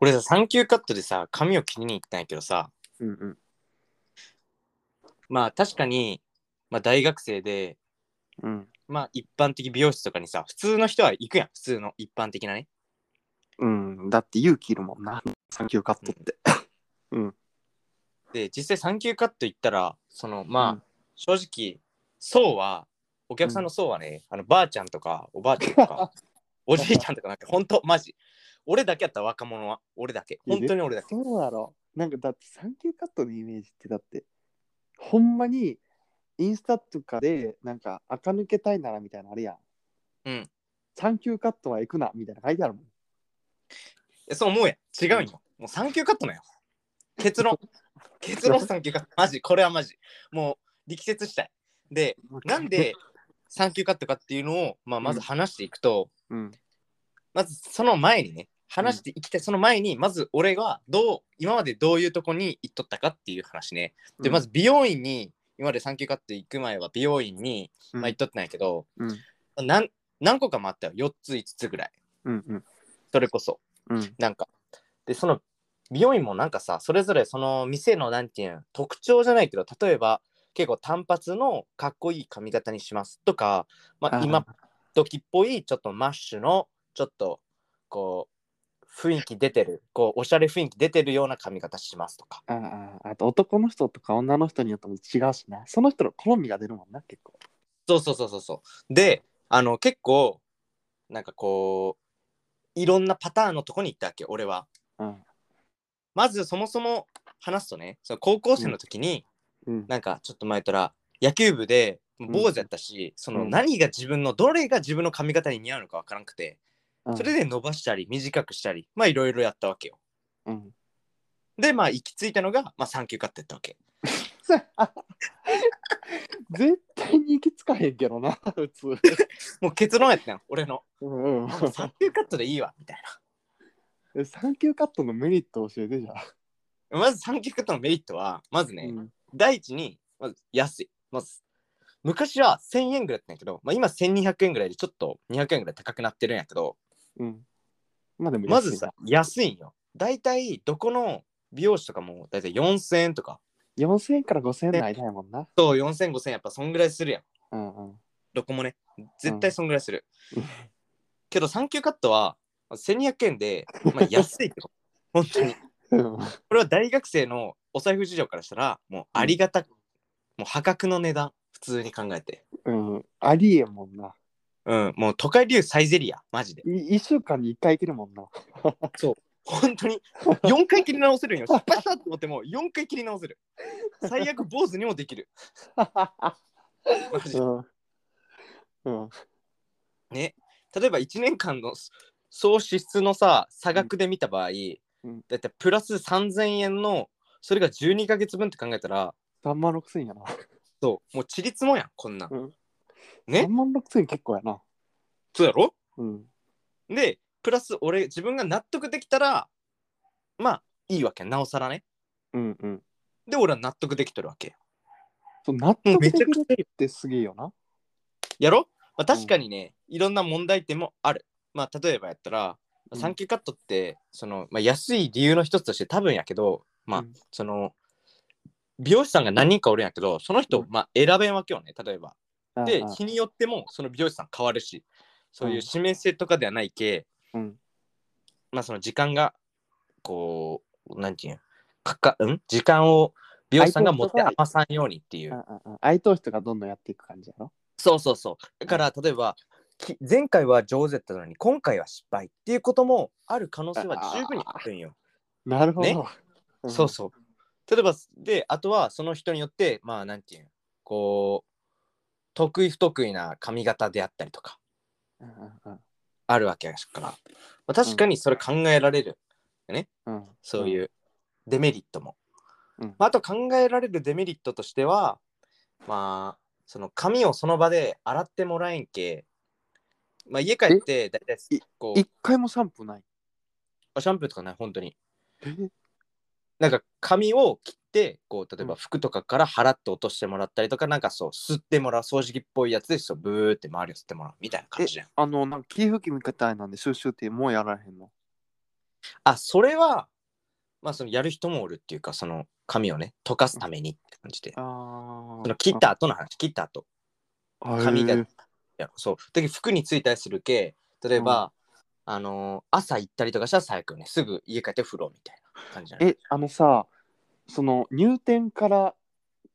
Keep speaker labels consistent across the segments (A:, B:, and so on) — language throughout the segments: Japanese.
A: 俺さ、3級カットでさ、髪を切りに行ったんやけどさ、
B: うんうん。
A: まあ確かに、まあ大学生で、
B: うん。
A: まあ一般的美容室とかにさ、普通の人は行くやん、普通の一般的なね。
B: うん、だって勇気いるもんな。産休カットって。
A: で、実際3級カット行ったら、そのまあ、
B: うん
A: 正直、層は、お客さんの層はね、あのばあちゃんとかおばあちゃんと か、おじいちゃんとかなんか、ほんと、マジ。俺だけやった若者は、俺だけ。本当に俺だけ。
B: そうだろ。なんかだって産休カットのイメージってだって、ほんまにインスタとかでなんか垢抜けたいならみたいなのあるやん。
A: うん。
B: 産休カットは行くなみたいなの書いてあるもん。
A: えそう思うやん。違うんよ。もう3級カットなんよ。結 論。結論3級カット。マジ、これはマジ。もう力説したい。で、なんで3級カットかっていうのを、まあ、まず話していくと、
B: うん。
A: まずその前にね、話していきたい、その前に、まず俺がどう、今までどういうとこに行っとったかっていう話ね。で、まず美容院に、今まで3級カット行く前は美容院に、
B: うん、
A: まあ、行っとったんやけど、
B: うん
A: なん何個かもあったよ。4つ、5つぐらい。
B: うんうん
A: それこそ。
B: うん
A: なんか。で、その美容院もなんかさ、それぞれその店のなんていうん特徴じゃないけど、例えば結構単発のかっこいい髪型にしますとか、まあ
B: あ、ー
A: 今時っぽいちょっとマッシュのちょっとこう雰囲気出てる、こうおしゃれ雰囲気出てるような髪型しますとか。
B: あああと男の人とか女の人によっても違うしなその人の好みが出るもんな結構
A: そうそうそうそうそう。で、あの結構なんかこういろんなパターンのとこに行ったわけ、俺は。
B: うん
A: まずそもそも話すとね、その高校生の時に、
B: うん
A: なんかちょっと前から野球部で
B: ん
A: 坊主やったし、その
B: うん
A: 何が自分のどれが自分の髪型に似合うのかわからなくて、
B: うん
A: それで伸ばしたり短くしたりまあいろいろやったわけよ
B: うん
A: でまあ行き着いたのが、まあ、3級カットやったわけ
B: 絶対に行きつかへんけどな普通
A: もう結論やったよ俺 の
B: うんうん
A: 3級カットでいいわみたい
B: え産休カットのメリット教えてじゃあ、
A: なまず3級カットのメリットはまずね、
B: うん
A: 第一にまず安いまず昔は1000円ぐらいだったんやけど、まあ、今1200円ぐらいでちょっと200円ぐらい高くなってるんやけど、
B: うん、まあでも安いな
A: まずさ、安いんよ。だいたいどこの美容師とかもだいたい4000円とか。
B: 4000円から5000円の間やもんな
A: そう、4000、5000やっぱそんぐらいするやん。
B: うんうん
A: どこもね。絶対そんぐらいする。
B: うん
A: けど、3級カットは1200円で、まあ、安いって こと。本当に。
B: うん
A: これは大学生のお財布事情からしたら、もうありがた、もう破格の値段、普通に考えて。
B: うんありえんもんな
A: うん、もう都会流サイゼリア、マジで。
B: い1週間に1回行けるも んな
A: 本 当に4回切り直せるんよ。失敗したと思っても4回切り直せる。最悪坊主にもできる。マジで
B: うんうん
A: ね、例えば1年間の s- 総支出のさ差額で見た場合、
B: うん
A: だいたいプラス3000円のそれが12ヶ月分って考えたら
B: 3万6000円やな
A: そうもうちりつもやんこんなん、
B: うん
A: ね
B: 3万6000円結構やな
A: そうやろ
B: うん
A: でプラス俺自分が納得できたらまあいいわけなおさらね
B: うんうん
A: で俺は納得できとるわけ
B: そう納
A: もう
B: 得
A: め
B: で
A: ち
B: き
A: ゃ
B: る
A: くちゃいい
B: ってすげえよな。
A: やろ、まあ、確かにね、いろんな問題点もあるまあ例えばやったら
B: うん
A: 産休カットって、その、まあ、安い理由の一つとして多分やけどまあ、
B: うん
A: その美容師さんが何人かおるんやけどその人、
B: うん
A: まあ選べんわけよね例えばで
B: ああ
A: 日によってもその美容師さん変わるしそういううん指名制とかではないけ、
B: うん
A: まあその時間がこうなんていうんかかん時間を美容師さんが持って
B: 相手の人が
A: 余さんようにっていう
B: あああ相手の人がどんどんやっていく感じやろ。
A: そうそうそう。だから、例えば、き前回は上手だったのに、今回は失敗っていうこともある可能性は十分にあるんよ。
B: なるほど。
A: ね
B: ん
A: そうそう。例えば、で、あとはその人によって、まあ、なんていうんこう、得意不得意な髪型であったりとか、
B: うんうん
A: あるわけやから、まあ、確かにそれ考えられる、
B: うんうん、
A: そういうデメリットも。
B: うん
A: まあ、あと考えられるデメリットとしては、まあ、その髪をその場で洗ってもらえんけ、まあ、家帰って、だいたい
B: い、
A: こ
B: う
A: う
B: ん。一、回もシャンプーない。
A: あシャンプーとかない、本当に。
B: え
A: なんか髪を切って、こう、例え
B: う
A: ば
B: ん
A: 服とかから払って落としてもらったりとか、なんかそう、吸ってもらう、掃除機っぽいやつで、そう、ブーって周りを吸ってもらうみたいな感じじゃん。
B: あの、なんか霧吹きみたいなんで、シューシューってもうやらへんの。
A: あ、それは、まあ、そのやる人もおるっていうか、その髪をね、溶かすためにって感じで。
B: あ
A: その切った後の話、切った後。髪がやろそう。で、服についたりするけ、例えば、あのー朝行ったりとかしたら最悪ね、すぐ家帰って風呂みたいな感じじゃない
B: えあのさその入店から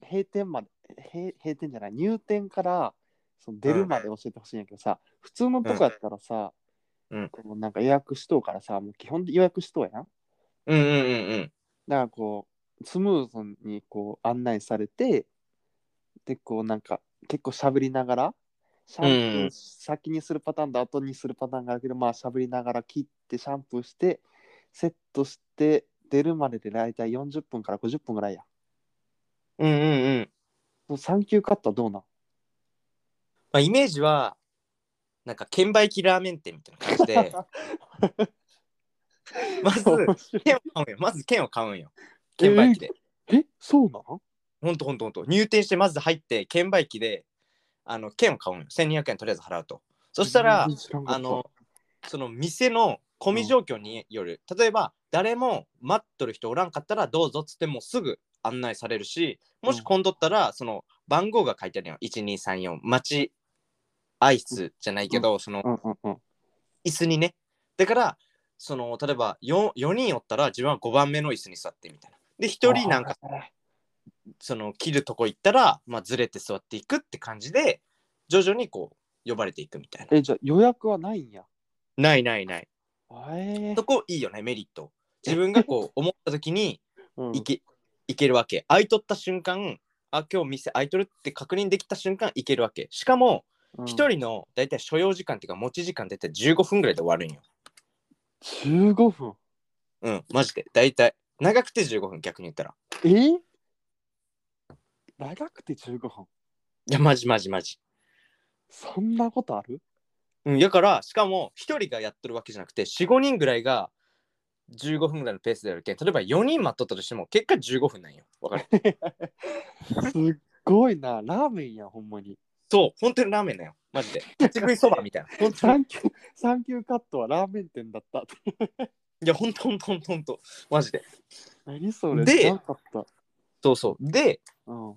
B: 閉店まで閉閉店じゃない入店からその出るまで教えてほしいんやけどさ、普通のとこやったらさ、
A: うん
B: こうなんか予約しとうからさもう基本で予約しとうやんだか
A: うんうんうんうん。
B: らこうスムーズにこう案内されてでこうなんか結構しゃべりながらシャンプ
A: う
B: ー
A: ん
B: 先にするパターンと後にするパターンがあるけど、まあしゃべりながら切ってシャンプーしてセットして出るまでで大体40分から50分ぐらいや
A: うんうんうん。
B: その3級カットはどうなん
A: まあ、イメージはなんか券売機ラーメン店みたいな感じ でまず
B: 面白い
A: 券を買うんよまず券を買うんよ券売機で、
B: えそうなん
A: ほんとほんとほんと入店してまず入って券売機であの券を買うんよ1200円とりあえず払うとそしたら
B: 全然知らんかっ
A: あ
B: た
A: の その店の混み状況による、例えば誰も待っとる人おらんかったらどうぞっつってもうすぐ案内されるしも
B: う
A: し
B: ん
A: 混んどったらその番号が書いてあるよ1234待ちアイスじゃないけど、その
B: うんうんうん
A: 椅子にねだからその例えば 4, 4人おったら自分は5番目の椅子に座ってみたいなで1人なんかその切るとこ行ったら、まあ、ずれて座っていくって感じで徐々にこう呼ばれていくみたいな
B: えじゃあ予約はないんや
A: ないないない
B: え
A: そこいいよねメリット自分がこう思った時に
B: うん
A: 行け,、行けるわけ空いとった瞬間あ今日店空いとるって確認できた瞬間行けるわけしかも
B: うん
A: 1人の大体所要時間っていうか持ち時間って大体15分ぐらいで終わるんよ
B: 15分
A: うんマジで大体長くて15分逆に言ったら
B: え長くて15分
A: いや、マジマジマジ。
B: そんなことある
A: うん、やから、しかも、1人がやっとるわけじゃなくて、4、5人ぐらいが15分ぐらいのペースでやるけん、例えば4人待っとったとしても、結果15分なんよ。わかる
B: すっごいなラーメンやんほんまに
A: そう、本当にラーメンだよ。マジで。立ち食いそばみたいな。本当に。
B: 3級三級カットはラーメン店だった
A: いや、本当本当本当本当マジで。
B: 何それ
A: で
B: 知らんかった
A: そうそう。で、
B: うん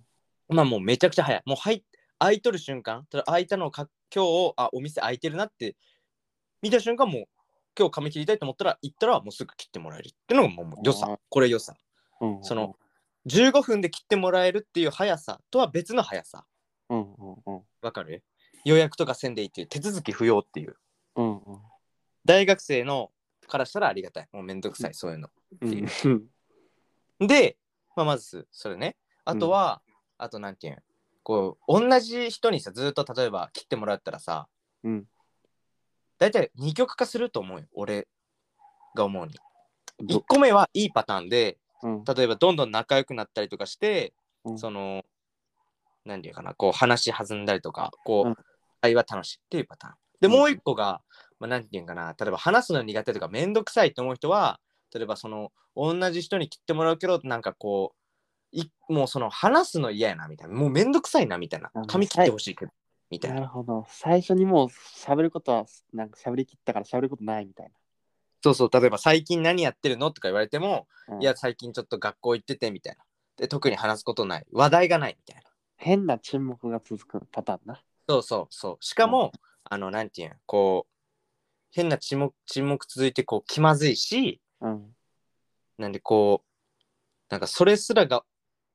A: まあもうめちゃくちゃ早い。もう入っ空いとる瞬間、ただ空いたのをか、今日、あ、お店空いてるなって見た瞬間、もう今日髪切りたいと思ったら、行ったらもうすぐ切ってもらえるっていうのがもう良
B: あ
A: さ。これ良さ。
B: うん
A: その15分で切ってもらえるっていう速さとは別の速さ
B: うんうんうん
A: わかる予約とかせんでいいっていう手続き不要っていう
B: うんうん
A: 大学生のからしたらありがたいもうめんどくさいそういうの
B: うん
A: で、まあ、まずそれねあとは、あとなんていうんこう同じ人にさずっと例えば切ってもらったらさ
B: うん
A: 大体二極化すると思うよ俺が思うに
B: ど
A: 1個目はいいパターンで
B: うん
A: 例えばどんどん仲良くなったりとかして、
B: うん
A: その何て言うかなこう話弾んだりとかこう、
B: うん
A: 会話楽しいっていうパターンで
B: うん
A: もう一個が、まあ、何て言うんかな例えば話すの苦手とか面倒くさいと思う人は例えばその同じ人に切ってもらうけどなんかこういもうその話すの嫌やなみたいなもう面倒くさいなみたいな
B: うん
A: 髪切ってほしいけどみたい
B: な
A: な
B: るほど最初にもう喋ることはなんか喋りきったから喋ることないみたい
A: そうそう例えば最近何やってるのとか言われても、
B: な、うん
A: いや最近ちょっと学校行っててみたいなで特に話すことない話題がないみたいな
B: 変な沈黙が続くパターンな
A: そうそうそう。しかも、あの、なんていうん、こう、変な沈黙、沈黙続いて、こう、気まずいし、
B: うん
A: なんで、こう、なんか、それすらが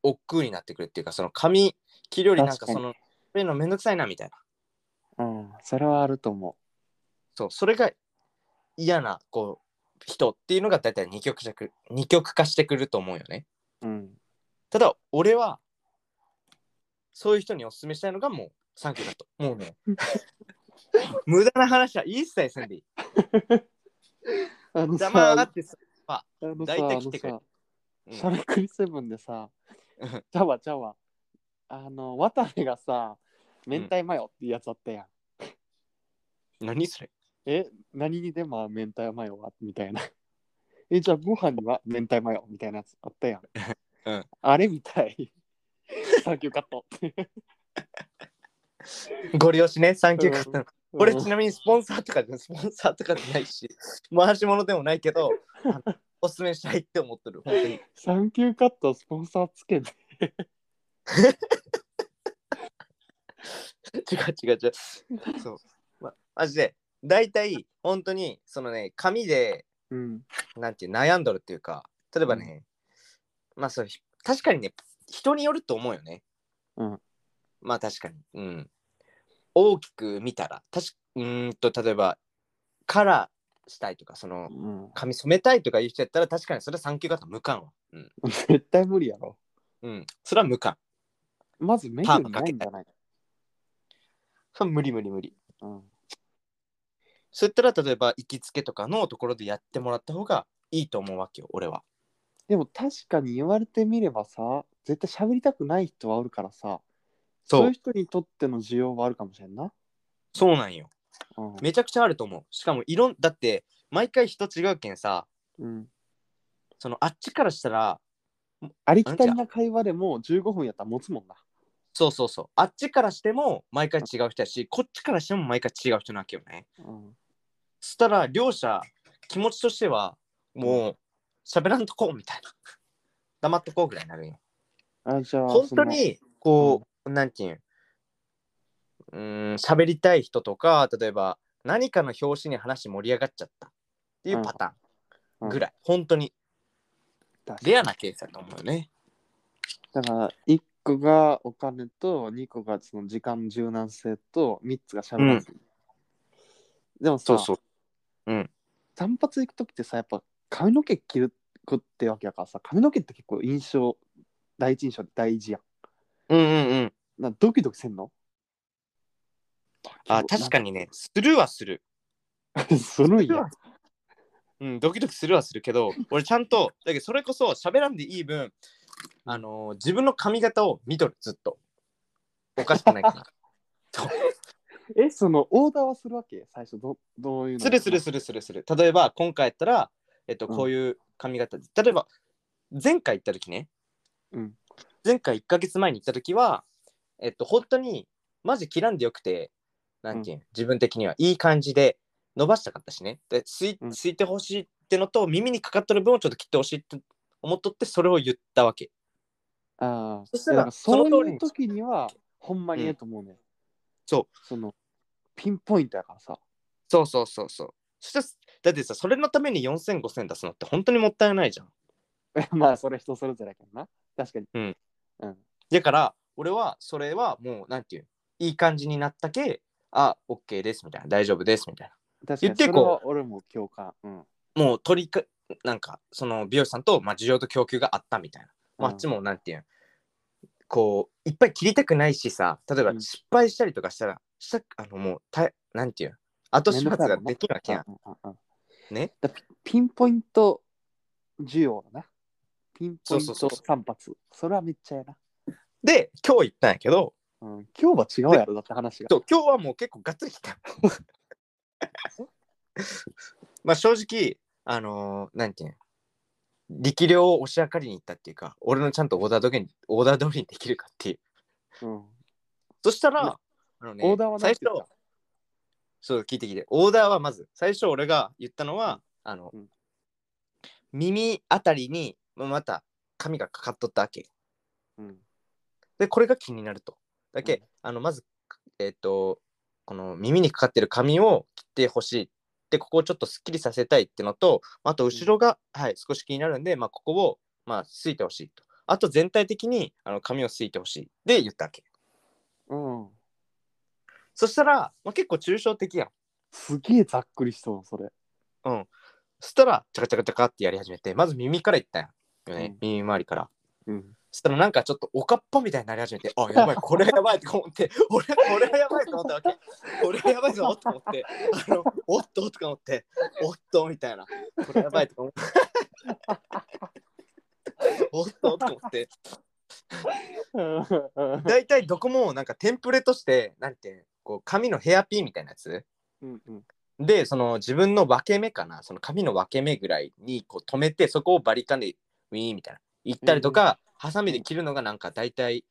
A: 億劫になってくるっていうか、その、髪切るより、なん
B: 確
A: か、
B: かに
A: その、そういうのめんどくさいな、みたいな。
B: うんそれはあると思
A: そう、それが嫌な、こう、人っていうのが、大体二極弱、二極化してくると思うよね。
B: ううん
A: ただ、俺は、そういう人にお勧めしたいのが、もう、サンキューだと。もう ね、無駄な話は一切せんでいい。
B: あのさ
A: 黙ってさ
B: あのさ
A: 大体来てくれ
B: あの
A: うん
B: さしゃべくりセブンでさ
A: うん
B: ちゃわちゃわあの渡部がさ明太マヨっていうやつあったやん、
A: 何それ
B: え何にでも明太マヨはみたいな えじゃあご飯には明太マヨみたいなやつあったやん、
A: うん
B: あれみたい サンキューカット
A: ご了承ね、サンキューカット。 俺ちなみにスポンサーとかでスポンサーとかじゃない し回し物でもないけどあのおすすめしたいって思ってる本当に
B: サンキューカットスポンサーつけて。
A: 違う違う違うそう、ま、マジで大体本当にそのね紙で
B: うん。
A: なんていう悩んどるっていうか例えばね、まあそうひ確かにね人によると思うよね
B: うん
A: まあ確かにうん大きく見たら確かうーんと例えばカラーしたいとかその
B: うん、
A: 髪染めたいとかいう人やったら確かにそれは産休型無感はうん、
B: 絶対無理やろ。
A: うん、それは無感
B: まずメニューにないんじゃない
A: それは無理無理無理
B: うん。
A: そういったら例えば行きつけとかのところでやってもらった方がいいと思うわけよ俺は
B: でも確かに言われてみればさ、絶対喋りたくない人はおるからさ、そういう人にとっての需要はあるかもしれんな。
A: そうなんよ
B: うん。
A: めちゃくちゃあると思うしかもいろんだって毎回人違うけんさ
B: うん、
A: そのあっちからしたら
B: ありきたりな会話でも15分やったら持つもんな。
A: そうそうそうあっちからしても毎回違う人やしこっちからしても毎回違う人なわけよね
B: うん。
A: そしたら両者気持ちとしてはもう喋らんとこうみたいな黙っとこうぐらいになるんよ
B: あじゃあ、
A: 本当にこう、なんていうんうーん喋りたい人とか例えば何かの表紙に話盛り上がっちゃったっていうパターンぐらい、本当に
B: その
A: レアなケースだと思うよね
B: だから1個がお金と2個がその時間柔軟性と3つがしゃべらず、でもさ
A: う
B: 散髪行く時ってさやっぱ髪の毛切るってわけやからさ髪の毛って結構印象第一印象って大事やん
A: うんうんうん
B: なんかドキドキせんの
A: あ確か
B: に
A: にねするはする
B: するんや
A: うんドキドキするはするけ ど俺ちゃんとだけどそれこそ喋らんでいい分あのー自分の髪型を見とるずっとおかしくないかなそう
B: えそのオーダーはするわけ最初どどういうの
A: するするするするする。例えば、今回やったら、えっと、
B: うん
A: こういう髪型で、例えば、前回行った時ね、
B: うん
A: 前回1ヶ月前に行った時は、えっと、本当に、マジ切らんでよくて、なんていうん、自分的にはいい感じで伸ばしたかったしね。で、すい
B: うん
A: すいてほしいってのと、耳にかかっとる分をちょっと切ってほしいって思っとって、それを言ったわけ。
B: ああ
A: そしたら
B: だからそう
A: その通
B: い
A: り
B: う
A: に
B: 時にはほんまにええと思うね、
A: そう
B: そのピンポイントやからさ
A: そうそうそうそう。そしたら、だってさ、それのために4000、5000出すのって本当にもったいないじゃん。
B: まあそれ人それぞれやけどな。確かに。
A: うん。
B: うん。
A: だから、俺はそれはもう、なんていう、いい感じになったけ、あ、OK ですみたいな、大丈夫ですみたい
B: 確か
A: 言
B: に
A: って
B: それは俺も共感。うん。
A: な。もう取りか、なんか、その美容師さんと、まあ、需要と供給があったみたいな。まあ、あっちも、なんていう、こう、いっぱい切りたくないしさ、例えば
B: うん
A: 失敗したりとかしたら、したあの、もうた、なんていう、後始末ができるわけやん。
B: うんうんうん
A: ね。
B: だピピンポイント需要だな。ピンポイン
A: そうそ
B: ト
A: うそう
B: 散髪。それはめっちゃやな。
A: で、今日行ったんやけど、
B: うん。今日は違うやろ、だって話が。
A: そう今日はもう結構ガッツリ来 た。まあ正直、あのーなんていうの力量を押し上がりに行ったっていうか、俺のちゃんとオーダー通りにオーダー通りにできるかっていう。
B: うん。
A: そしたら、
B: な
A: あのね、
B: オーダーは
A: 最
B: 何て
A: 初
B: 言った、
A: そう、聞いてきて、オーダーはまず、最初俺が言ったのは、あの、
B: うん
A: 耳あたりにまあまた髪がかかっとったわけ。
B: うん。
A: で、これが気になると。だけ、
B: うん
A: あの、まず、えっ、と、この耳にかかってる髪を切ってほしい。で、ここをちょっとすっきりさせたいってのと、あと、後ろが、はい、少し気になるんで、まあ、ここを、まあ、すいてほしいと。あと、全体的に、あの、髪をすいてほしい。で、言ったわけ。
B: うん。
A: そしたら、まあ、結構抽象的やん。
B: すげえざっくりしそう、それ。
A: うん。そしたら、チャカチャカチャカってやり始めて、まず耳からいったんやん。よね、
B: うん
A: 耳周りから。
B: うん。
A: そしたらなんかちょっとおかっぱみたいになり始めて、あ、やばい、これやばいと思って、俺、これやばいと思ったわけ。これやばいぞと思って、あの、おっととか思って、おっとみたいな、これやばいとか思って。おっととか思って、
B: う
A: 大体どこもなんかテンプレとして、なんていうのこう、髪のヘアピンみたいなやつ
B: んうん。
A: で、その自分の分け目かな、その髪の分け目ぐらいにこう止めて、そこをバリカンでウィーンみたいな。行ったりとか、ハサミで切るのがなんか大体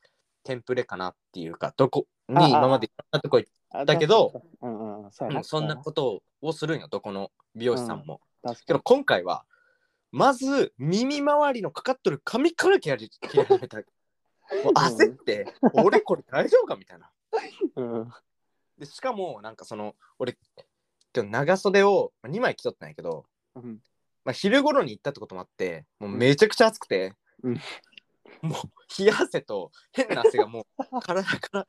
A: テンプレかなっていうか、どこに
B: ああ
A: 今までいろんなとこ行っ
B: あ
A: だけど、
B: 確かにうんうんうん、そうや
A: もうそんなことをするんよどこの美容師さんも、
B: 確
A: け
B: か
A: ど今回はまず耳周りのかかっとる髪から切られ切り始めたもう焦って俺これ大丈夫かみたいな
B: に。うん。
A: でしかもなんかその俺今日長袖を2枚着とったんやけど、
B: うん。
A: まあ、昼頃に行ったってこともあってもうめちゃくちゃ暑くて、
B: うん
A: もう冷や汗と変な汗がも う体から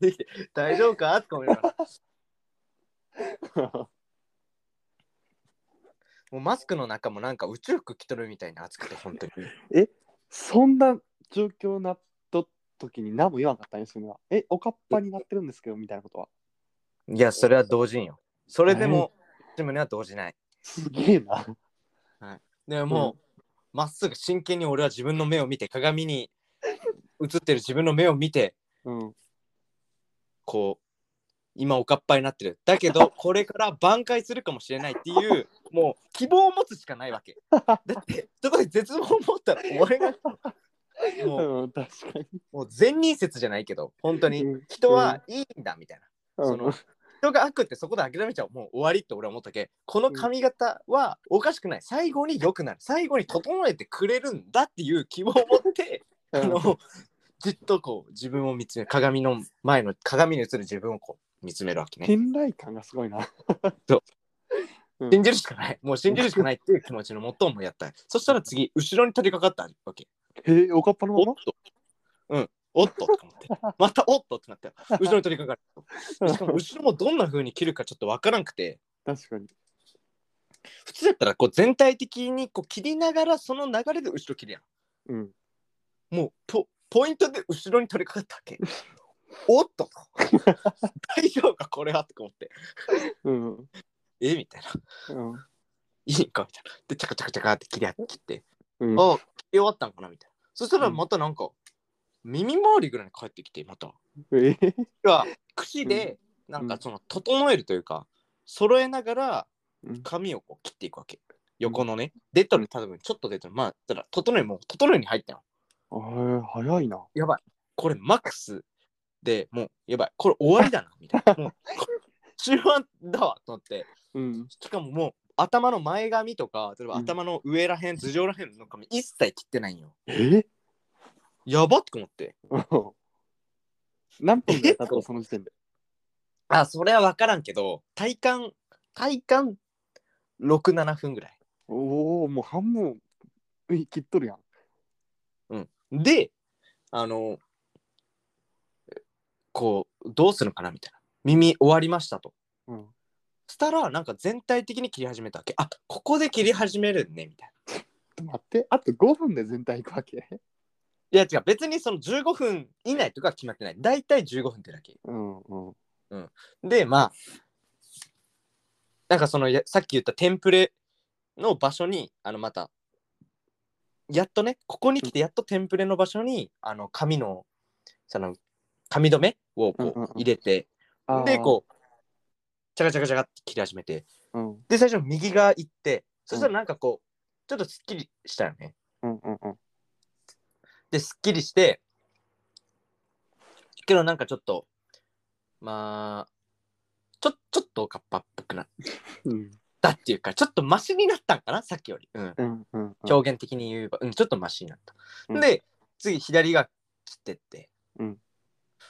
A: できて大丈夫かって思いながらもうマスクの中もなんか宇宙服着とるみたいな暑くて本当に
B: そんな状況になっと時に何も言わなかったんですよ。え、おかっぱになってるんですけど、みたいなことは。
A: いやそれは同人よそれでも自分には動じない
B: すげえな。
A: でもうま、っすぐ真剣に俺は自分の目を見て鏡に映ってる自分の目を見て
B: うん。
A: こう今おかっぱになってるだけ どこれから挽回するかもしれないっていうもう希望を持つしかない わけだってそこで絶望を持ったら終わりなのもう
B: うん、確か
A: もう善人説じゃないけど本当
B: に。
A: に
B: うん
A: 人はいいんだみたいな
B: う
A: そ
B: ん
A: の人が悪ってそこで諦めちゃうもう終わりって俺は思ったけこの髪型はおかしくない最後に良くなる最後に整えてくれるんだっていう希望を持ってあのじっとこう自分を見つめ鏡の前の鏡に映る自分をこう見つめるわけね
B: 信頼感がすごいな。うん
A: 信じるしかないもう信じるしかないっていう気持ちのもともやったそしたら次後ろに取り掛かったわけ
B: へえ、おかっぱの
A: お
B: ま
A: っとうんおっとと思ってまたおっとってなったら後ろに取り掛か
B: ま
A: るしかも後ろもどんな風に切るかちょっとわからんくて
B: 確かに。
A: 普通だったらこう全体的にこう切りながらその流れで後ろ切るやん
B: うん。
A: もうポポイントで後ろに取り掛かったわけおっと大丈夫かこれはとか思って
B: うん。う
A: えみたいな。
B: ん。
A: いいんかみたいな。で、チャカチャカチャカって切り合って切って、
B: うん
A: あ、切り終わったんかなみたいな。そしたらまたなんか、耳周りぐらいに帰ってきて、また。い
B: ええ
A: や、口で、なんかその、整えるというか、揃えながら
B: うん、
A: 髪をこう切っていくわけ。横のね、出とる、多分ちょっと出とる。まあ、だから、整え、もう整えに入ったの。
B: あー早いな。
A: やばい。これ、マックスでもう、やばい。これ終わりだな、みたいな。もう、こ終盤だわ、と思って。
B: うん。
A: しかももう頭の前髪とか例えば
B: うん
A: 頭の上らへん、頭上らへんの髪一切切ってないんよ
B: え
A: やばっと思って
B: うん 何分だったとその時点で。
A: あそれは分からんけど体感体感67分ぐらい
B: おお、もう半分え切っとるやん。
A: であのこうどうするのかなみたいな耳終わりましたと
B: うん、
A: したらなんか全体的に切り始めたわけあここで切り始めるねみたいな
B: 待って、あと5分で全体いくわけ。
A: いや違う別にその15分以内とかは決まってない大体15分ってだけ
B: うんうん。
A: でまあなんかそのやさっき言ったテンプレの場所にあのまたやっとねここに来てやっとテンプレの場所にあの紙のその紙留めをこ
B: うんうん
A: う
B: うん
A: 入れて、
B: あー
A: でこうチャカチャカチャカって切り始めて
B: うん。
A: で最初右側行ってそしたらなんかこうちょっとすっきりしたよね
B: うんうんうん。
A: ですっきりしてけどなんかちょっとまあちょちょっとおかっぱっぽくなっ
B: うん
A: だっていうかちょっとマシになったんかなさっきより、うん、
B: うんうんうん。
A: 表現的に言えば、うん、ちょっとマシになった、
B: うん
A: で次左が切ってって、
B: うん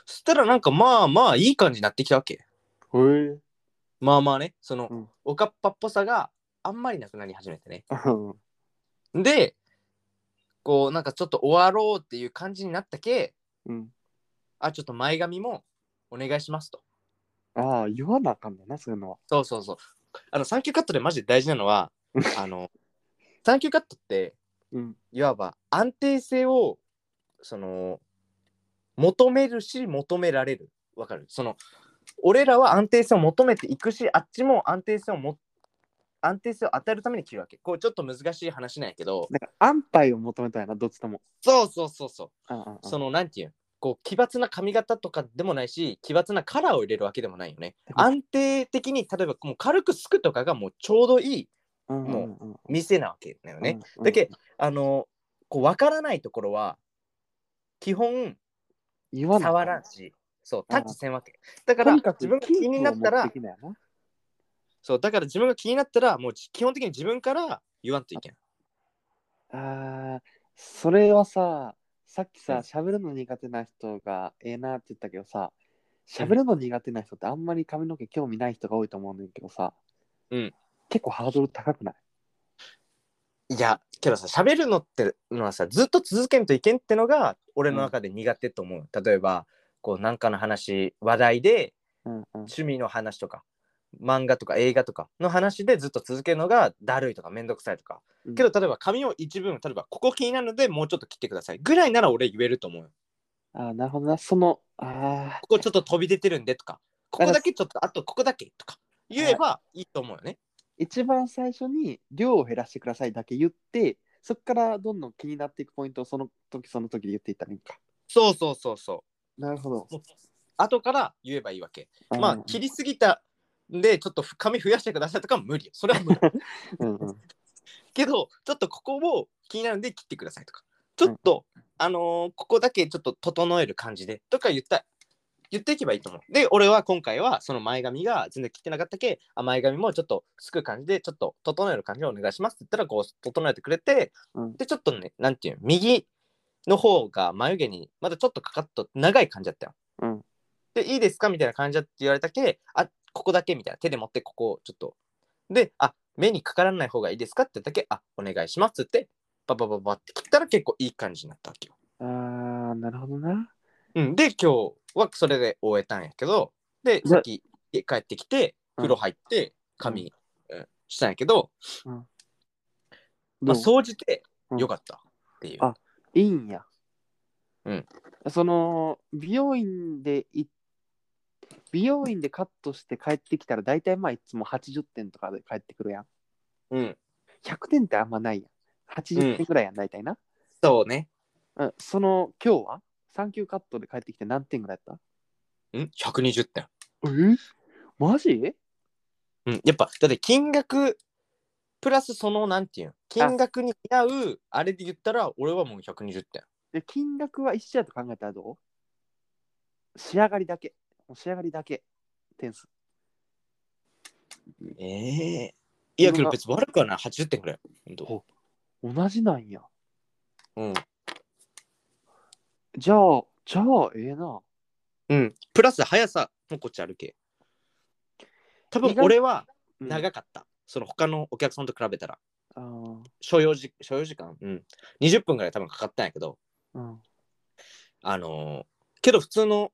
A: そしたらなんかまあまあいい感じになってきたわけ
B: ほい。
A: まあまあねその、
B: うん
A: おかっぱっぽさがあんまりなくなり始めてね
B: うん
A: でこうなんかちょっと終わろうっていう感じになったけ
B: うん。
A: あちょっと前髪もお願いしますと
B: ああ、言わなあかんねんな、そういうのは。
A: そうそうそうあの3級カットでマジで大事なのはあの3級カットって
B: うん。
A: いわば安定性をその求めるし求められるわかるその俺らは安定性を求めていくしあっちも安定性をも安定性を与えるために切るわけこうちょっと難しい話なんやけど
B: だから安牌を求めたいな、どっちとも。
A: そうそうそうそ
B: うんうん
A: うそのなんていうんこう奇抜な髪型とかでもないし奇抜なカラーを入れるわけでもないよね安定的に例えばもう軽くすくとかがもうちょうどいい
B: うん。
A: も
B: うんうん
A: 店なわけだよ
B: うん
A: ね、
B: うん
A: だけあのこう分からないところは基本
B: 言わなあか
A: 触らんし、そう、タッチせんわけ。だか
B: と
A: ら
B: にか、く
A: 自分が気になったら
B: キープを持ってきなよな
A: そう、だから自分が気になったら、もう基本的に自分から言わんといけない。
B: あーそれはささっき
A: うん
B: さ喋るの苦手な人がええなって言ったけどさ喋るの苦手な人ってあんまり髪の毛興味ない人が多いと思うんだけどさ、
A: うん、
B: 結構ハードル高くない
A: いや、けどさ、喋るのってのはさ、ずっと続けんといけんってのが、俺の中で苦手と思う。例えば、こう、なんかの話、話題で、
B: うんうん
A: 趣味の話とか、漫画とか映画とかの話でずっと続けるのがだるいとか、めんどくさいとか
B: うん。
A: けど、例えば、髪を一分、例えば、ここ気になるので、もうちょっと切ってください。ぐらいなら俺言えると思うよ。
B: あーなるほどなそのあ
A: ここちょっと飛び出てるんでとか、ここだけちょっと、あとここだけとか、言えばいいと思うよね。
B: ー一番最初に量を減らしてくださいだけ言ってそっからどんどん気になっていくポイントをその時その時で言っていったらいいんか
A: そうそうそうそ
B: なるほど
A: う。もう後から言えばいいわけ。まあ、
B: うん
A: 切りすぎたんで、ちょっと髪増やしてくださいとかは無理よ。それは無理。
B: うんうん
A: けど、ちょっとここを気になるんで切ってくださいとか、ちょっと、あのーここだけちょっと整える感じでとか言った言っていけばいいと思う。で、俺は今回はその前髪が全然切ってなかったけ、あ前髪もちょっとすく感じで、ちょっと整える感じでお願いしますって言ったら、こう整えてくれて、
B: うん
A: で、ちょっとね、なんていうの右の方が眉毛にまだちょっとかかっと長い感じだったよ。
B: うん
A: で、いいですかみたいな感じだって言われたけ、あここだけみたいな、手で持ってここをちょっと。で、あ目にかからない方がいいですかって言ったけ、あお願いしますって、ババババって切ったら結構いい感じになったわけよ。
B: あーなるほどな
A: うん、で、今日はそれで終えたんやけど、で、
B: じゃ
A: さっき家帰ってきて、
B: うん
A: 風呂入って、髪、うんしたんやけど、
B: ど
A: まあ、
B: う
A: 総じて
B: うん
A: よかったっていう。
B: あいいんや。
A: うん。
B: その、美容院でい、美容院でカットして帰ってきたら、大体まあいつも80点とかで帰ってくるやん。
A: うん、
B: 100点ってあんまないやん。80点ぐらいやん、大体な。
A: そうね。
B: うん。その、今日は ?3 級カットで帰ってきて何点ぐらいやっ
A: うん、120点。
B: たえマジ
A: うん、やっぱ、だって金額、プラスその、なんていうん、金額に似合う、あれで言ったら、俺はもう120点。
B: で、金額は一緒やと考えたらどう仕上がりだけ。もう仕上がりだけ。点数。
A: ええいや、け
B: う
A: ど
B: わ
A: 別に悪くはない。80点ぐらい。ほんと
B: ほ同じなんや。
A: うん。
B: じゃあ、じゃあ、ええな。
A: うん。プラス速さもこっちあるけ。多
B: 意
A: 分
B: 外
A: 俺は
B: うん
A: 長かった。その他のお客さんと比べたら。
B: あー
A: 所要時所要時間、うん、20分ぐらい多分かかったんやけど、
B: うん。
A: あのーけど普通の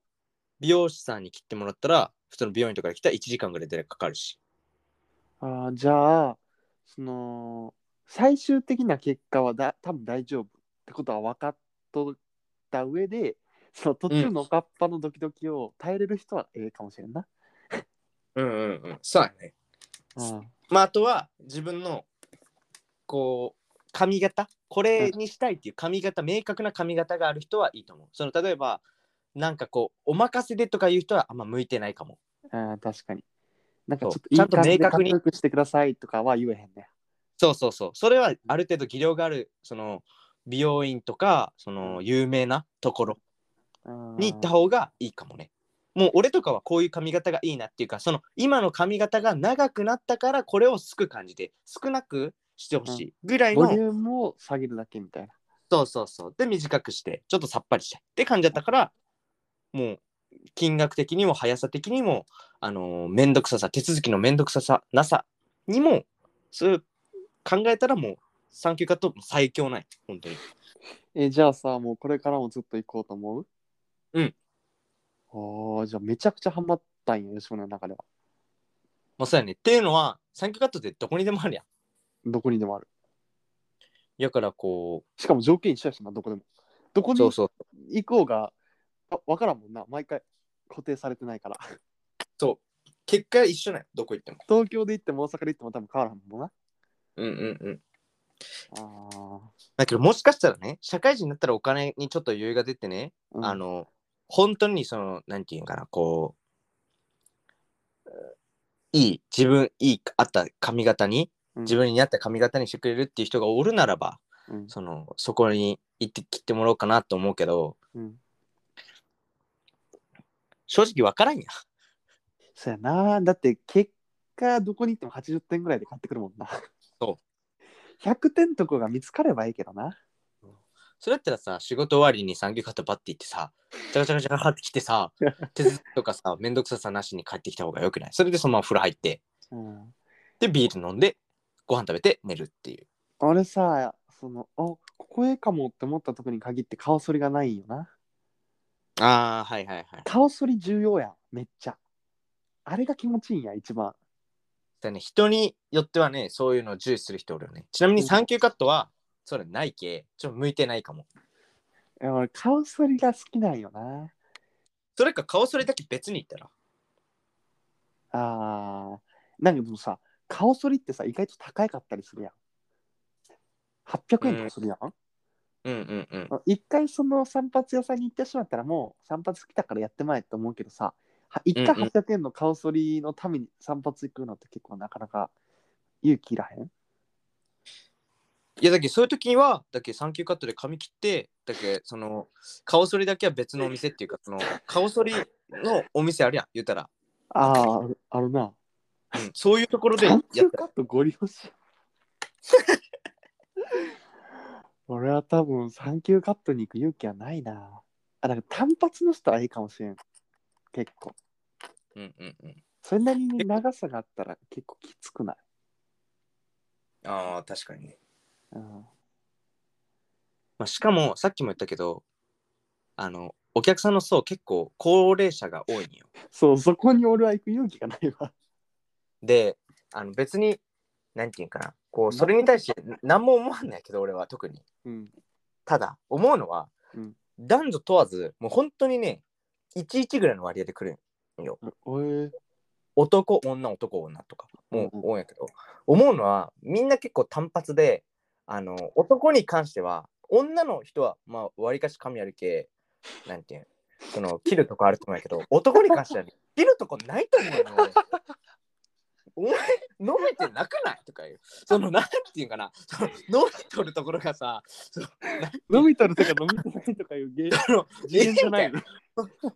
A: 美容師さんに切ってもらったら、普通の美容院とかで来たら1時間ぐらいでかかるし。
B: あーじゃあその最終的な結果はだ多分大丈夫ってことは分かっとった上でその途中のおかっぱのドキドキを耐えれる人はええかもしれんな。
A: うんうんうん。そうやね。
B: うん
A: まあ、あとは自分のこう髪型これにしたいっていう髪型明確な髪型がある人はいいと思うその例えばなんかこうお任せでとかいう人はあんま向いてないかも
B: あー確かに。なんか
A: そう
B: ちょっといい感じで
A: ちゃ
B: か
A: んと明確
B: っこ
A: に
B: よくしてくださいとかは言えへんね。
A: そうそうそうそれはある程度技量があるその美容院とかその有名なところ
B: うん
A: に行った方がいいかもねもう俺とかはこういう髪型がいいなっていうかその今の髪型が長くなったからこれをすく感じで少なくしてほしいぐらいの、
B: ボリュームを下げるだけみたいな。
A: そうそうそう。で、短くして、ちょっとさっぱりしたいって感じだったから、もう、金額的にも速さ的にも、あのー、めんどくささ、手続きのめんどくささ、なさにも、そういう考えたらもう、産休化と最強ない、本当に。
B: えじゃあさもうこれからもずっと行こうと思う
A: うん。
B: ああじゃあめちゃくちゃハマったんや吉本の中では。
A: まあ、そうやね。っていうのは、産休カットってどこにでもあるやん。
B: どこにでもある。
A: やからこう、
B: しかも条件一緒やしなどこでも。どこに
A: そうそう。
B: 行こうがあわからんもんな毎回固定されてないから
A: そう。結果一緒なんよどこ行っても。
B: 東京で行っても大阪で行っても多分変わらんもんな
A: うんうんうん。
B: あ
A: だけど、もしかしたらね、社会人になったらお金にちょっと余裕が出てね、
B: ー、うん、
A: あの本当にそのなんていうんかなこうえーいい自分いいあった髪型に
B: うん
A: 自分に合った髪型にしてくれるっていう人がおるならば、
B: うん
A: そのそこに行って切ってもらおうかなと思うけど
B: うん
A: 正直わからんや
B: そうやなだって結果、どこに行っても80点ぐらいで買ってくるもんな。。
A: そう
B: 100点とこが見つかればいいけどな。
A: それやったらさ、仕事終わりに産休カットバッて行ってさ、チャカチャカチャカ張ってきてさ、手続きとかさ、めんどくささなしに帰ってきた方がよくないそれでそのまま風呂入って、
B: うん。
A: で、ビール飲んで、ご飯食べて寝るっていう。
B: 俺さ、その、あここええかもって思ったとこに限って顔剃りがないよな。
A: ああ、はいはいはい。
B: 顔剃り重要やん、めっちゃ。あれが気持ちいいんや、一番。
A: だね、人によってはね、そういうのを重視する人おるよね。ちなみに
B: うん
A: 産休カットは、それないけ、ちょっと向いてないかも。
B: え俺、顔剃りが好きなんよな。
A: それか顔それだけ別に行ったら。
B: あー、なんかでもさ、顔剃りってさ、意外と高かったりするやん。800円とかするやん。
A: うんうんうん。
B: 一回その散髪屋さんに行ってしまったらもう散髪来たからやってまえって思うけどさは一回
A: うんうん
B: 800円の顔剃りのために散髪行くのって結構なかなか勇気いらへん
A: いやだけどそういう時にはだけど産休カットで髪切ってだけどその顔剃りだけは別のお店っていうかその顔剃りのお店あるやん言うたら、
B: あああるあるな
A: うんそういうところでやった
B: 三
A: ら
B: 級カットご利用し 俺は多分三級カットに行く勇気はないなあなんか単発の人はいいかもしれん結構
A: うんうんうん
B: それなりに長さがあったら結構きつくない、
A: ああ確かにね、
B: うん、
A: まあ、しかもさっきも言ったけどあのお客さんの層結構高齢者が多いんよ
B: そうそこに俺は行く勇気がないわ
A: であの別になんていうんかなこうそれに対して何も思わないけど俺は特に
B: うん
A: ただ思うのは、
B: うん
A: 男女問わずもう本当にね11ぐらいの割合で来るんよ
B: おえ
A: 男女男女とかも
B: うん
A: 多いんやけど、思うのはみんな結構単発であの男に関しては女の人はまあ割かし髪あるけなんていうんその切るとこあると思うんやけど男に関しては、 ね、切るとこないと思うのよ俺お前伸びてなくないとか言うそのなんていうんかなその伸びとるところがさそのなんていう
B: 飲みとるとか飲みとないとかいう 芸
A: その
B: 次元じゃないの。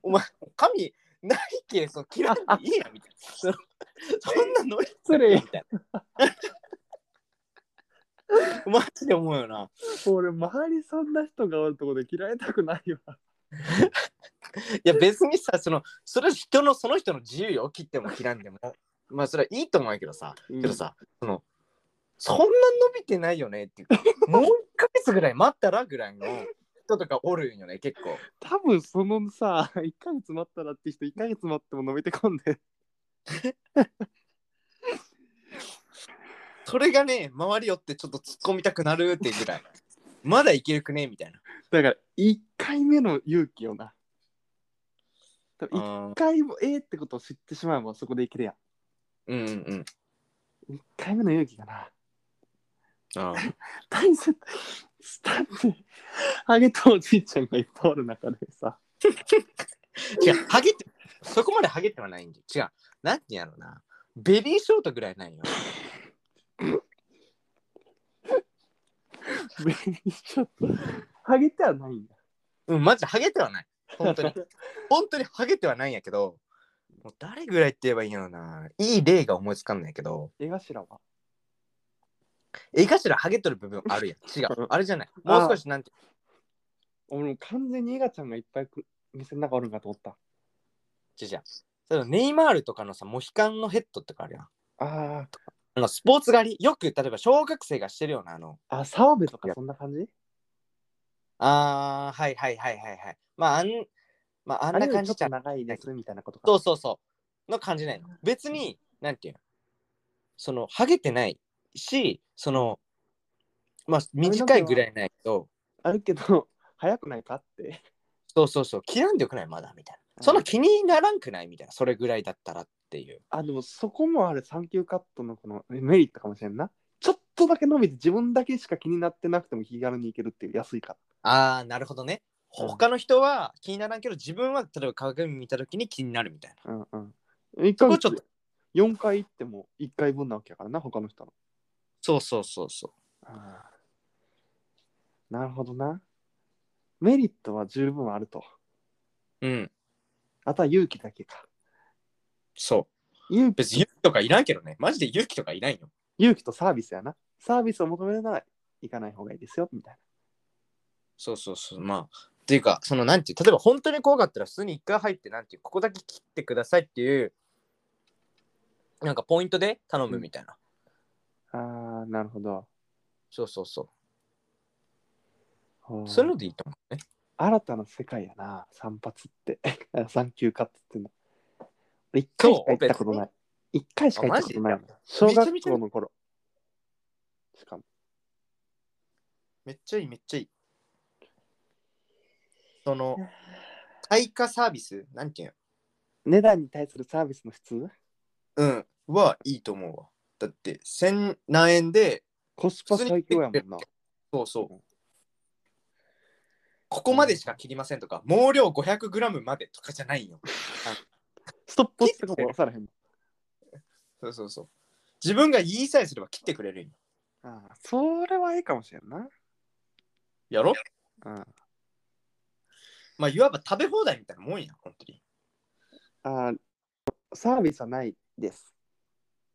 A: お前髪ないけそう切らんでいいやみたいなそのそんなノリ
B: 失礼
A: みたいなマジで思うよな
B: 俺、周りそんな人がおるとこで嫌いたくないわ。
A: いや別にさそのそれは人のその人の自由よ切っても切らんでもまあそれはいいと思うんやけどさ
B: け
A: けど、さ、そのそんな伸びてないよねっていうかもう1ヶ月ぐらい待ったらぐらいの人とかおるんよね結構
B: 多分そのさ、1ヶ月待ったらって人、1ヶ月待っても飲みてこんで。
A: それがね周りよってちょっと突っ込みたくなるっていうぐらいまだいけるくねみたいな
B: だから、1回目の勇気よな。多分1
A: うん
B: 回もええってことを知ってしまえばそこでいけるや
A: うんうん
B: ん。1回目の勇気かな。
A: あー
B: 大切、スタッフ、あげたおじいちゃんがいっぱいおる中でさ。
A: 違う、ハゲて、そこまでハゲてはないんで、違う、なんてやろうな。ベリーショートぐらいなんよ。
B: ちょっと、ハゲてはないんだ。
A: うん、マジでハゲてはない。本 当に。本当にハゲてはないんやけど、もう誰ぐらいって言えばいいんやろうな。いい例が思いつかんないけど、
B: 絵頭は
A: えかしらハゲとる部分あるやん。違う、あれじゃない。もう少しなんて、
B: 俺もう完全にエガちゃんがいっぱいく店の中おるんかと思った。
A: 違う違う。そのネイマールとかのさ、モヒカンのヘッドとかあるやん。
B: あ
A: あのスポーツ狩り、よく例えば小学生がしてるような、あの、
B: あ、あ、澤部とかそんな感じ
A: あー、はいはいはいはいはい。まあ、あん、まあ、あ
B: あ
A: んな感じ
B: ち
A: じ
B: ょ
A: ゃ
B: っと長いですみたいなことか。
A: そうそうそう。の感じないの。別に、なんていうのその、ハゲてないし、その、まあ、短いぐらいないと、
B: あるけど、早くないかって。
A: そうそうそう、切らんでよくないまだみたいな。そんな気にならんくないみたいな。それぐらいだったらっていう。
B: あ、でもそこもあれ、産休カットのこのメリットかもしれんな。ちょっとだけ伸びて自分だけしか気になってなくても気軽に行けるっていう安いから。
A: あー、なるほどね。
B: うん
A: 他の人は気にならんけど、自分は例えば鏡見た時に気になるみたいな。
B: うんうん。一
A: そ
B: 回
A: こちょっと。
B: 4回行っても1回分なわけやからな、他の人の。
A: そうそうそうそ
B: あーなるほどな。メリットは十分あると。
A: う。うん、
B: あとは勇気だけか。
A: そう。
B: 勇気
A: 別に勇気とかいないけどね。マジで勇気とかいないよ。
B: 勇気とサービスやな。サービスを求めるなら行かない方がいいですよ、みたい
A: そうそうそう。まあ、っていうか、その、なんていう、例えば本当に怖かったら、普通に一回入って、なんていう、ここだけ切ってくださいっていう、なんかポイントで頼むみたいな。
B: な。あー、なるほど。
A: そうそうそ
B: ほう
A: う。そういうのでいいと思うね。
B: 新たな世界やな、散髪って。 三級カットっていうの。俺一回しか行ったことない。一回しか行ったことな
A: あ
B: い
A: マジ。
B: 小学校の頃。しかも。
A: めっちゃいい、めっちゃいい。その、対価サービス、なんていう
B: 値段に対するサービスの普通
A: のうん、はいいと思うわ。だって、千何円で、
B: コスパ最強やもんな。
A: そうそう。ここまでしか切りませんとか、毛量 500g までとかじゃないよ。
B: ストップウォッチとかも押されへんもん。
A: そうそうそう。自分が言いさえすれば切ってくれるんよ
B: ああ、それはいいかもしれんな。
A: やろ
B: うん、
A: まあ、いわば食べ放題みたいなもんや、本当に。
B: あサービスはないです。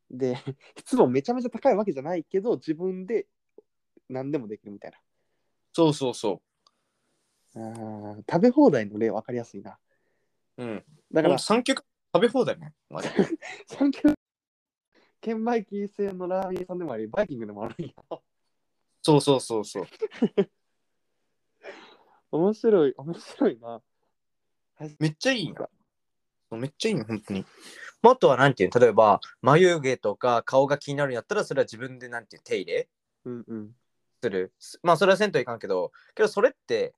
B: で、 質問めちゃめちゃ高いわけじゃないけど、自分で何でもできるみたいな。
A: そうそうそ
B: あー食べ放題の例分かりやすいな。
A: う。うん。だか
B: だか
A: らら、、三級食べ放題ね。マジで
B: 三級券売機制のラーメン屋さんでもあり、バイキングでもあるんや。
A: そうそうそうそう。
B: 面白い、面白いな。
A: めっちゃいいよ。めっちゃいいよ、本当に。まあ、あとは、なんていうの例えば、眉毛とか顔が気になるんやったら、それは自分で、なんていう手入れ
B: うんうん。
A: する。すまあ、それはせんといかんけど、けど、それって、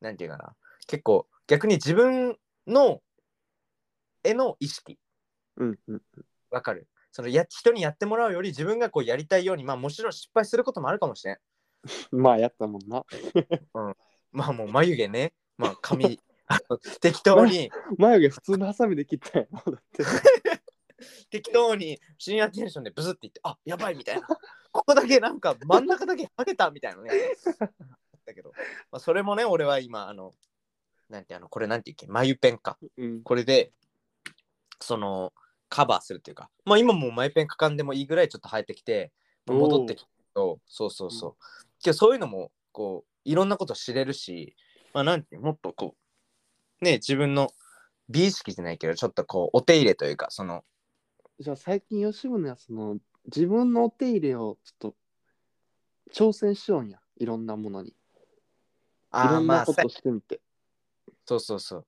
A: なんていうかな。結構、逆に自分の、への意識。
B: うんうん。
A: わかる。そのや人にやってもらうより自分がこうやりたいようにまあもちろん失敗することもあるかもしれん。
B: まあ、やったもんな。
A: まあもう眉毛ね、まあ髪あの適当に
B: 眉毛普通のハサミで切ったんやろ。だって。
A: 適当に深夜テンションでブスっていってあやばいみたいな。ここだけなんか真ん中だけハゲたみたいなね。だけど、まあ、それもね俺は今あのなんてあのこれなんていうっけ眉ペンか。
B: うん。
A: これでそのカバーするっていうかまあ今もう眉ペンかかんでもいいぐらいちょっと生えてきて
B: おー
A: 戻ってきてそうそうそう、けどそういうのもこういろんなこと知れるしまあなんていうのもっとこうね自分の美意識じゃないけどちょっとこうお手入れというかその
B: じゃあ最近吉宗はその自分のお手入れをちょっと挑戦しようんやいろんなものにい
A: あ
B: ろ
A: あ
B: ん
A: ま
B: な
A: あ
B: ことしてみて、
A: そうそうそう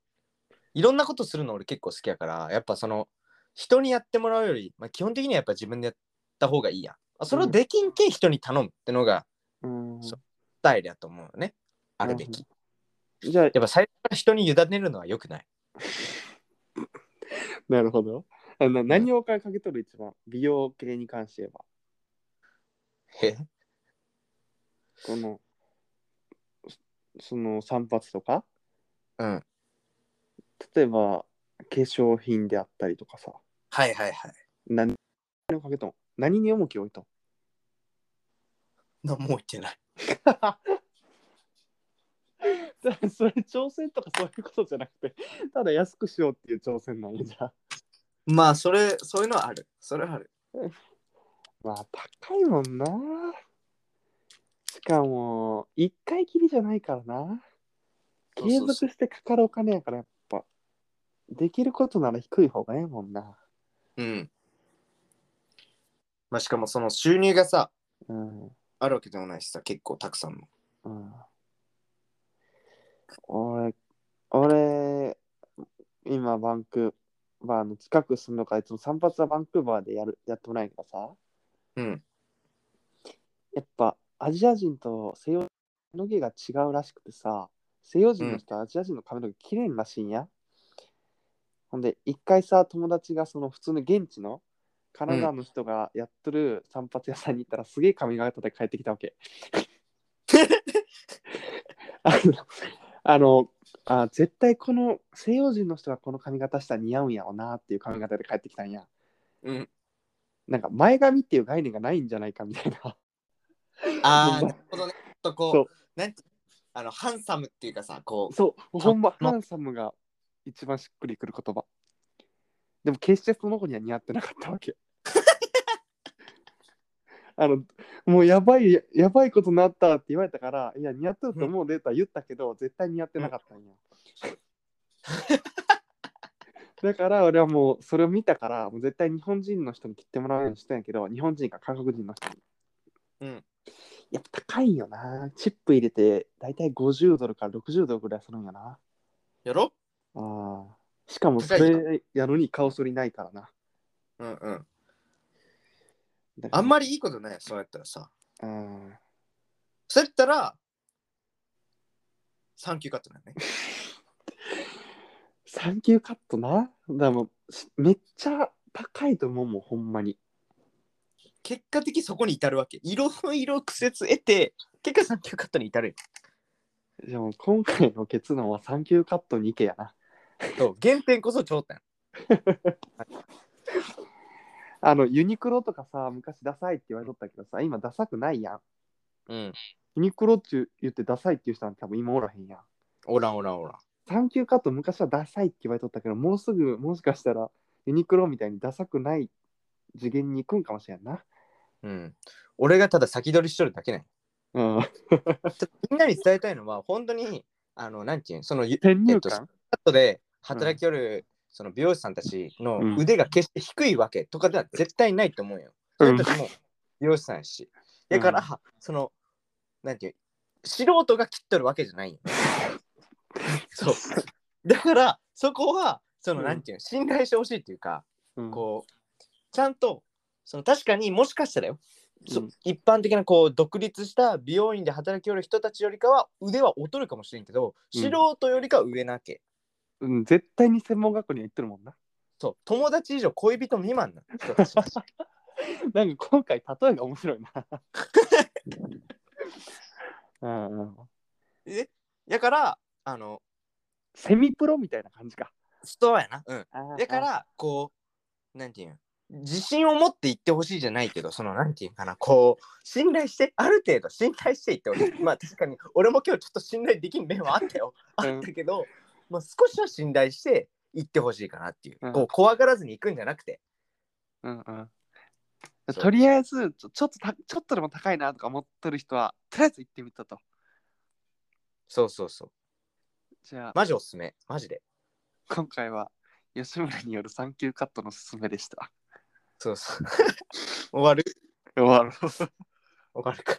A: いろんなことするの俺結構好きやからやっぱその人にやってもらうより、まあ、基本的にはやっぱ自分でやった方がいいやんあそれをできんけん人に頼むってのが
B: うん
A: そスタイルやと思うよねあるべき
B: じゃあ
A: やっぱ最初から人に委ねるのは良くない。
B: なるほどあの何をお金かけとる一番美容系に関して言えば
A: え
B: このそその散髪とか
A: うん。
B: 例えば化粧品であったりとかさ
A: はいはいはい。
B: 何何をかけとん何に重きを置いとん
A: 何も言ってない。
B: それ挑戦とかそういうことじゃなくてただ安くしようっていう挑戦なんやじゃあ
A: まあ、それ、そういうのはある。それはある。
B: まあ高いもんなしかも一回きりじゃないからな
A: そう
B: 継
A: そう
B: 続
A: そう
B: してかかるお金やからやっぱできることなら低い方がええもんな
A: うん。まあ、しかもその収入がさ、
B: うん
A: あるわけでもないしさ、結構たくさんの。
B: うん俺俺今バンクーバーの近く住むからいつも散髪はバンクーバーでやるやってもらえんからさ
A: うん。
B: やっぱアジア人と西洋人の毛が違うらしくてさ西洋人の人はアジア人の髪の毛綺麗らしいんや、ほんで一回さ友達がその普通の現地のカナダの人がやっとる散髪屋さんに行ったらすげえ髪型で帰ってきたわけあのあのあ絶対この西洋人の人がこの髪型したら似合うんやろなっていう髪型で帰ってきたんや
A: うん。
B: なんか前髪っていう概念がないんじゃないかみたいな
A: あ
B: う
A: あ、
B: ん
A: なるほどね。ちょっとこう、
B: そう
A: なんてあの、ハンサムっていうかさ、こう、
B: そう、ほんま、
A: ま
B: ハンサムが一番しっくりくる言葉。でも決してその子には似合ってなかったわ け。あのもうやばいややばいことになったって言われたからいや似合ってると思うでとは言ったけど、絶対似合ってなかったんよ。だから俺はもうそれを見たからもう絶対日本人の人に切ってもらうようにしたんやけど日本人か韓国人の人に。
A: うん
B: やっぱ高いよな。チップ入れて大体50ドルから60ドルぐらいするんやな。
A: やろ
B: ああ。しかもそ
A: 高いな
B: れやのに顔そりないからな。
A: うんうん。
B: だから
A: あんまりいいことないよ、そうやったらさ。
B: うん
A: そうやったら、サンキューカットだよね。
B: サンキューカットな。だからもうしめっちゃ高いと思うもん、ほんまに。
A: 結果的にそこに至るわけ。いろいろ苦節得て、結果サンキューカットに至るよ。
B: でも今回の結論はサンキューカットに行けやな。
A: そう原点こそ頂点。
B: あの、ユニクロとかさ、昔ダサいって言われとったけどさ、今ダサくないやん。
A: うん。
B: ユニクロって言ってダサいっていう人なんて多分今おらへんやん。
A: おらんおらんおらん。
B: サンキューカット昔はダサいって言われとったけど、もうすぐもしかしたらユニクロみたいにダサくない次元に行くんかもしれんな。
A: うん。俺がただ先取りしとるだけね。
B: うん。
A: ちょっとみんなに伝えたいのは、本当に、あの、なんていうのその、ゆ
B: 先
A: え
B: 入
A: っと
B: 観、
A: カットで働きよる、その美容師さんたちの
B: うん
A: 腕が決して低いわけとかでは絶対ないと思うよ。
B: う
A: そ
B: ん
A: れたちも美容師さんやし。だから、その、なんていう、素人が切っとるわけじゃ ないよ。そう。だから、そこは、その、
B: うん
A: なんていうの信頼してほしいっていうか、
B: うん
A: こう、ちゃんと、その確かにもしかしたらよ、そ
B: うん
A: 一般的なこう独立した美容院で働きよる人たちよりかは腕は劣るかもしれんけど、
B: うん
A: 素人よりかは上なわけ。
B: うん、絶対に専門学校には行ってるもんな。
A: そう、友達以上恋人未満な人たちだし
B: なんか今回例えが面白い な。うんうん、
A: えだから、あの、
B: セミプロみたいな感じか。
A: ストアやな。うん。だか
B: あ
A: ら、こう、なんていうん自信を持って言ってほしいじゃないけど、その、なんていうんかな、こう、信頼して、ある程度信頼していってほしい。まあ、確かに、俺も今日ちょっと信頼できん面はあったよ。あ
B: うん
A: ったけど、まあ、少しは信頼して言ってほしいかなっていう。
B: うん
A: こう、怖がらずに行くんじゃなくて。
B: ー、うんうん
A: そう
B: とりあえずちょちょっとたちょっとでも高いなとか思ってる人はとりあえず行ってみたと。
A: そうそうそう。
B: じゃあ、
A: マジおすすめ。マジで。
B: 今回は吉村による産休カットのすすめでした。
A: そうそう。終わる
B: 終わろう。
A: 終わるか。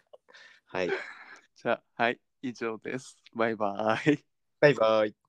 A: はい。
B: じゃあはい以上です。バイバイ。
A: バイバイ。